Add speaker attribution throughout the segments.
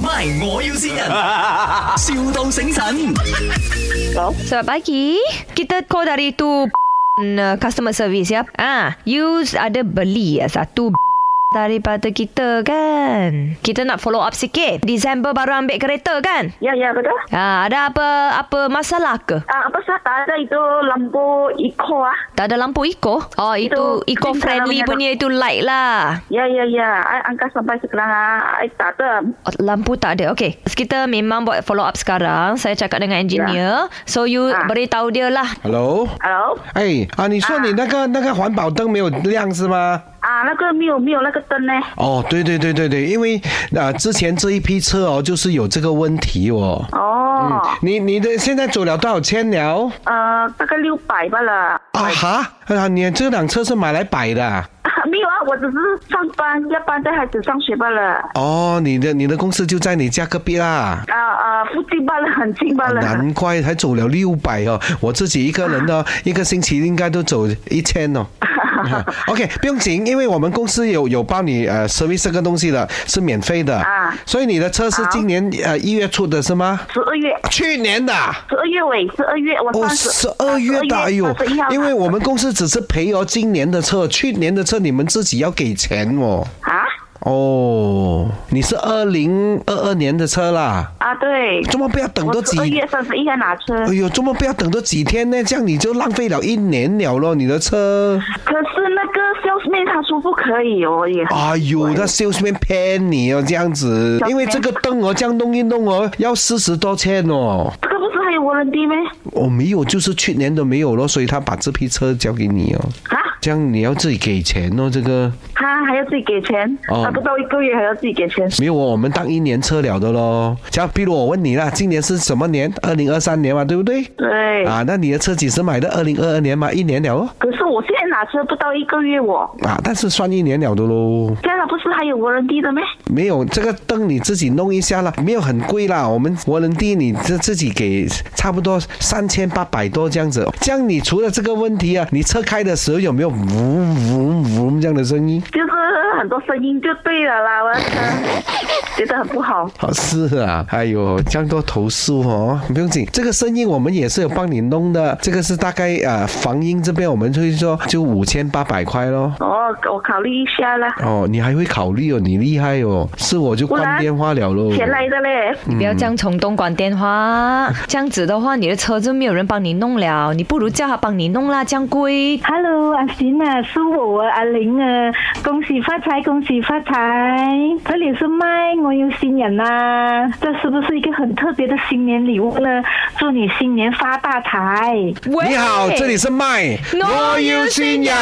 Speaker 1: My，我要先人，,笑到醒神。
Speaker 2: Selamat pagi. Kita call dari tu uh, customer service ya. Ah, you ada beli ya, satu daripada kita kan. Kita nak follow up sikit. Disember baru ambil kereta kan?
Speaker 3: Ya, ya, betul.
Speaker 2: Ah, ada apa apa masalah ke?
Speaker 3: Ah, apa sah tak ada itu lampu eco ah.
Speaker 2: Tak ada lampu eco? Oh, itu,
Speaker 3: Itu
Speaker 2: eco friendly
Speaker 3: green colour
Speaker 2: punya itu light lah.
Speaker 3: Ya, ya, ya. I angkat sampai sekarang ah. I tak ada.
Speaker 2: Oh, Lampu tak ada. Okay. Kita memang buat follow up sekarang. Saya cakap dengan engineer. So you
Speaker 3: Ah.
Speaker 2: beritahu dia lah.
Speaker 4: Hello，
Speaker 3: Hello，
Speaker 4: 哎啊，你说你那个、那个环保灯没有亮是吗？
Speaker 3: 啊，那个没有没有那个灯呢？
Speaker 4: 哦，对对对对对，因为啊、之前这一批车哦，就是有这个问题哦。
Speaker 3: 哦，
Speaker 4: 你你的现在走了多少钱了？
Speaker 3: 呃，大概六百吧了。
Speaker 4: 啊哈啊！你这辆车是买来摆的啊、
Speaker 3: 没有啊，我只是上班，要班带孩子上学罢了。
Speaker 4: 哦，你的你的公司就在你家隔壁啦。
Speaker 3: 啊啊，附近罢了， 很近罢了。
Speaker 4: 啊难怪才走了六百哦，我自己一个人呢、啊 一个星期应该都走一千哦。OK，不用紧，因为我们公司有有帮你呃 service 这个东西的，是免费的。
Speaker 3: 啊
Speaker 4: 所以你的车是今年呃一月出的是吗？
Speaker 3: 十二月，
Speaker 4: 去年的啊。
Speaker 3: 十二月尾，十二月我
Speaker 4: 哦，
Speaker 3: 上
Speaker 4: 十二月的，哎呦，因为我们公司只是赔哦今年的车，去年的车你们自己要给钱哦。
Speaker 3: 啊
Speaker 4: 哦，你是二零二二年的车啦，
Speaker 3: 啊对，
Speaker 4: 怎么不要等多
Speaker 3: 我
Speaker 4: 几
Speaker 3: 十二月三十一号拿车。
Speaker 4: 哎呦，怎么不要等多几天呢？这样你就浪费了一年了咯，你的车。
Speaker 3: 可是那个 salesman 他说不可以哦，也很
Speaker 4: 哎呦，那 salesman 骗你哦，这样子，因为这个灯哦，这样弄一弄哦，要四十多千哦。
Speaker 3: 这个不是还有 warranty 吗？
Speaker 4: 我、没有，就是去年都没有咯，所以他把这批车交给你哦。
Speaker 3: 啊，
Speaker 4: 这样你要自己给钱哦，这个
Speaker 3: 他还要自己给钱，
Speaker 4: 哦
Speaker 3: 他不到一个月还要自己给钱。
Speaker 4: 没有哦，我们当一年车了的咯。像比如我问你啦，啊今年是什么年？二零二三年嘛，对不对？
Speaker 3: 对，
Speaker 4: 啊，那你的车几时买的？二零二二年嘛，一年了哦。
Speaker 3: 可是我现在拿车不到一个月我，
Speaker 4: 啊，但是算一年了的喽。
Speaker 3: 现在不是还有 warranty 的吗？
Speaker 4: 没有这个灯你自己弄一下啦，没有很贵啦。我们我人地你自自己给差不多三千八百多这样子。这样你除了这个问题啊，你车开的时候有没有嗡嗡嗡这样的声音？
Speaker 3: 就是很多声音就对了啦，我的车觉得很不好。
Speaker 4: 啊，是啊，哎呦，这样多投诉哦，不用紧，这个声音我们也是有帮你弄的。这个是大概呃防音这边我们会说就五千八百块咯。
Speaker 3: 哦，我考虑一下啦，
Speaker 4: 哦，你还会考虑哦，你厉害哦，是我就
Speaker 3: 不
Speaker 4: 关
Speaker 3: 然
Speaker 4: 电话了喽。
Speaker 3: 钱来的嘞。
Speaker 4: 嗯
Speaker 2: 你不要这样冲动管电 话，这样子的话，你的车就没有人帮你弄了，你不如叫他帮你弄啦，这样贵。
Speaker 5: Hello，阿贤啊，是我啊，阿玲啊，恭喜发财，恭喜发财！这里是麦，我有新人啦、这是不是一个很特别的新年礼物呢？祝你新年发大财！
Speaker 2: 喂
Speaker 4: 你好，这里是麦，
Speaker 2: 我要新人，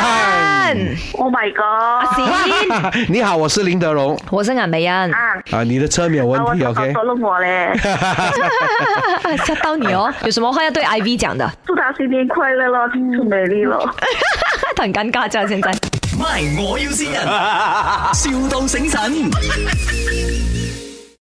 Speaker 3: Oh my god！
Speaker 2: 行，
Speaker 4: 你好，我是林德荣。
Speaker 2: 我是俺梅 人，
Speaker 3: 啊，
Speaker 4: 啊，你的车没有
Speaker 3: 啊我
Speaker 4: 问题
Speaker 3: 找到
Speaker 4: ，OK？
Speaker 3: 收了我嘞，
Speaker 2: 吓到你哦，有什么话要对 IV 讲的？
Speaker 3: 祝他新年快乐咯，青春美丽咯。
Speaker 2: 他很尴尬，这样现在。
Speaker 1: My，我要先人，,笑到醒神。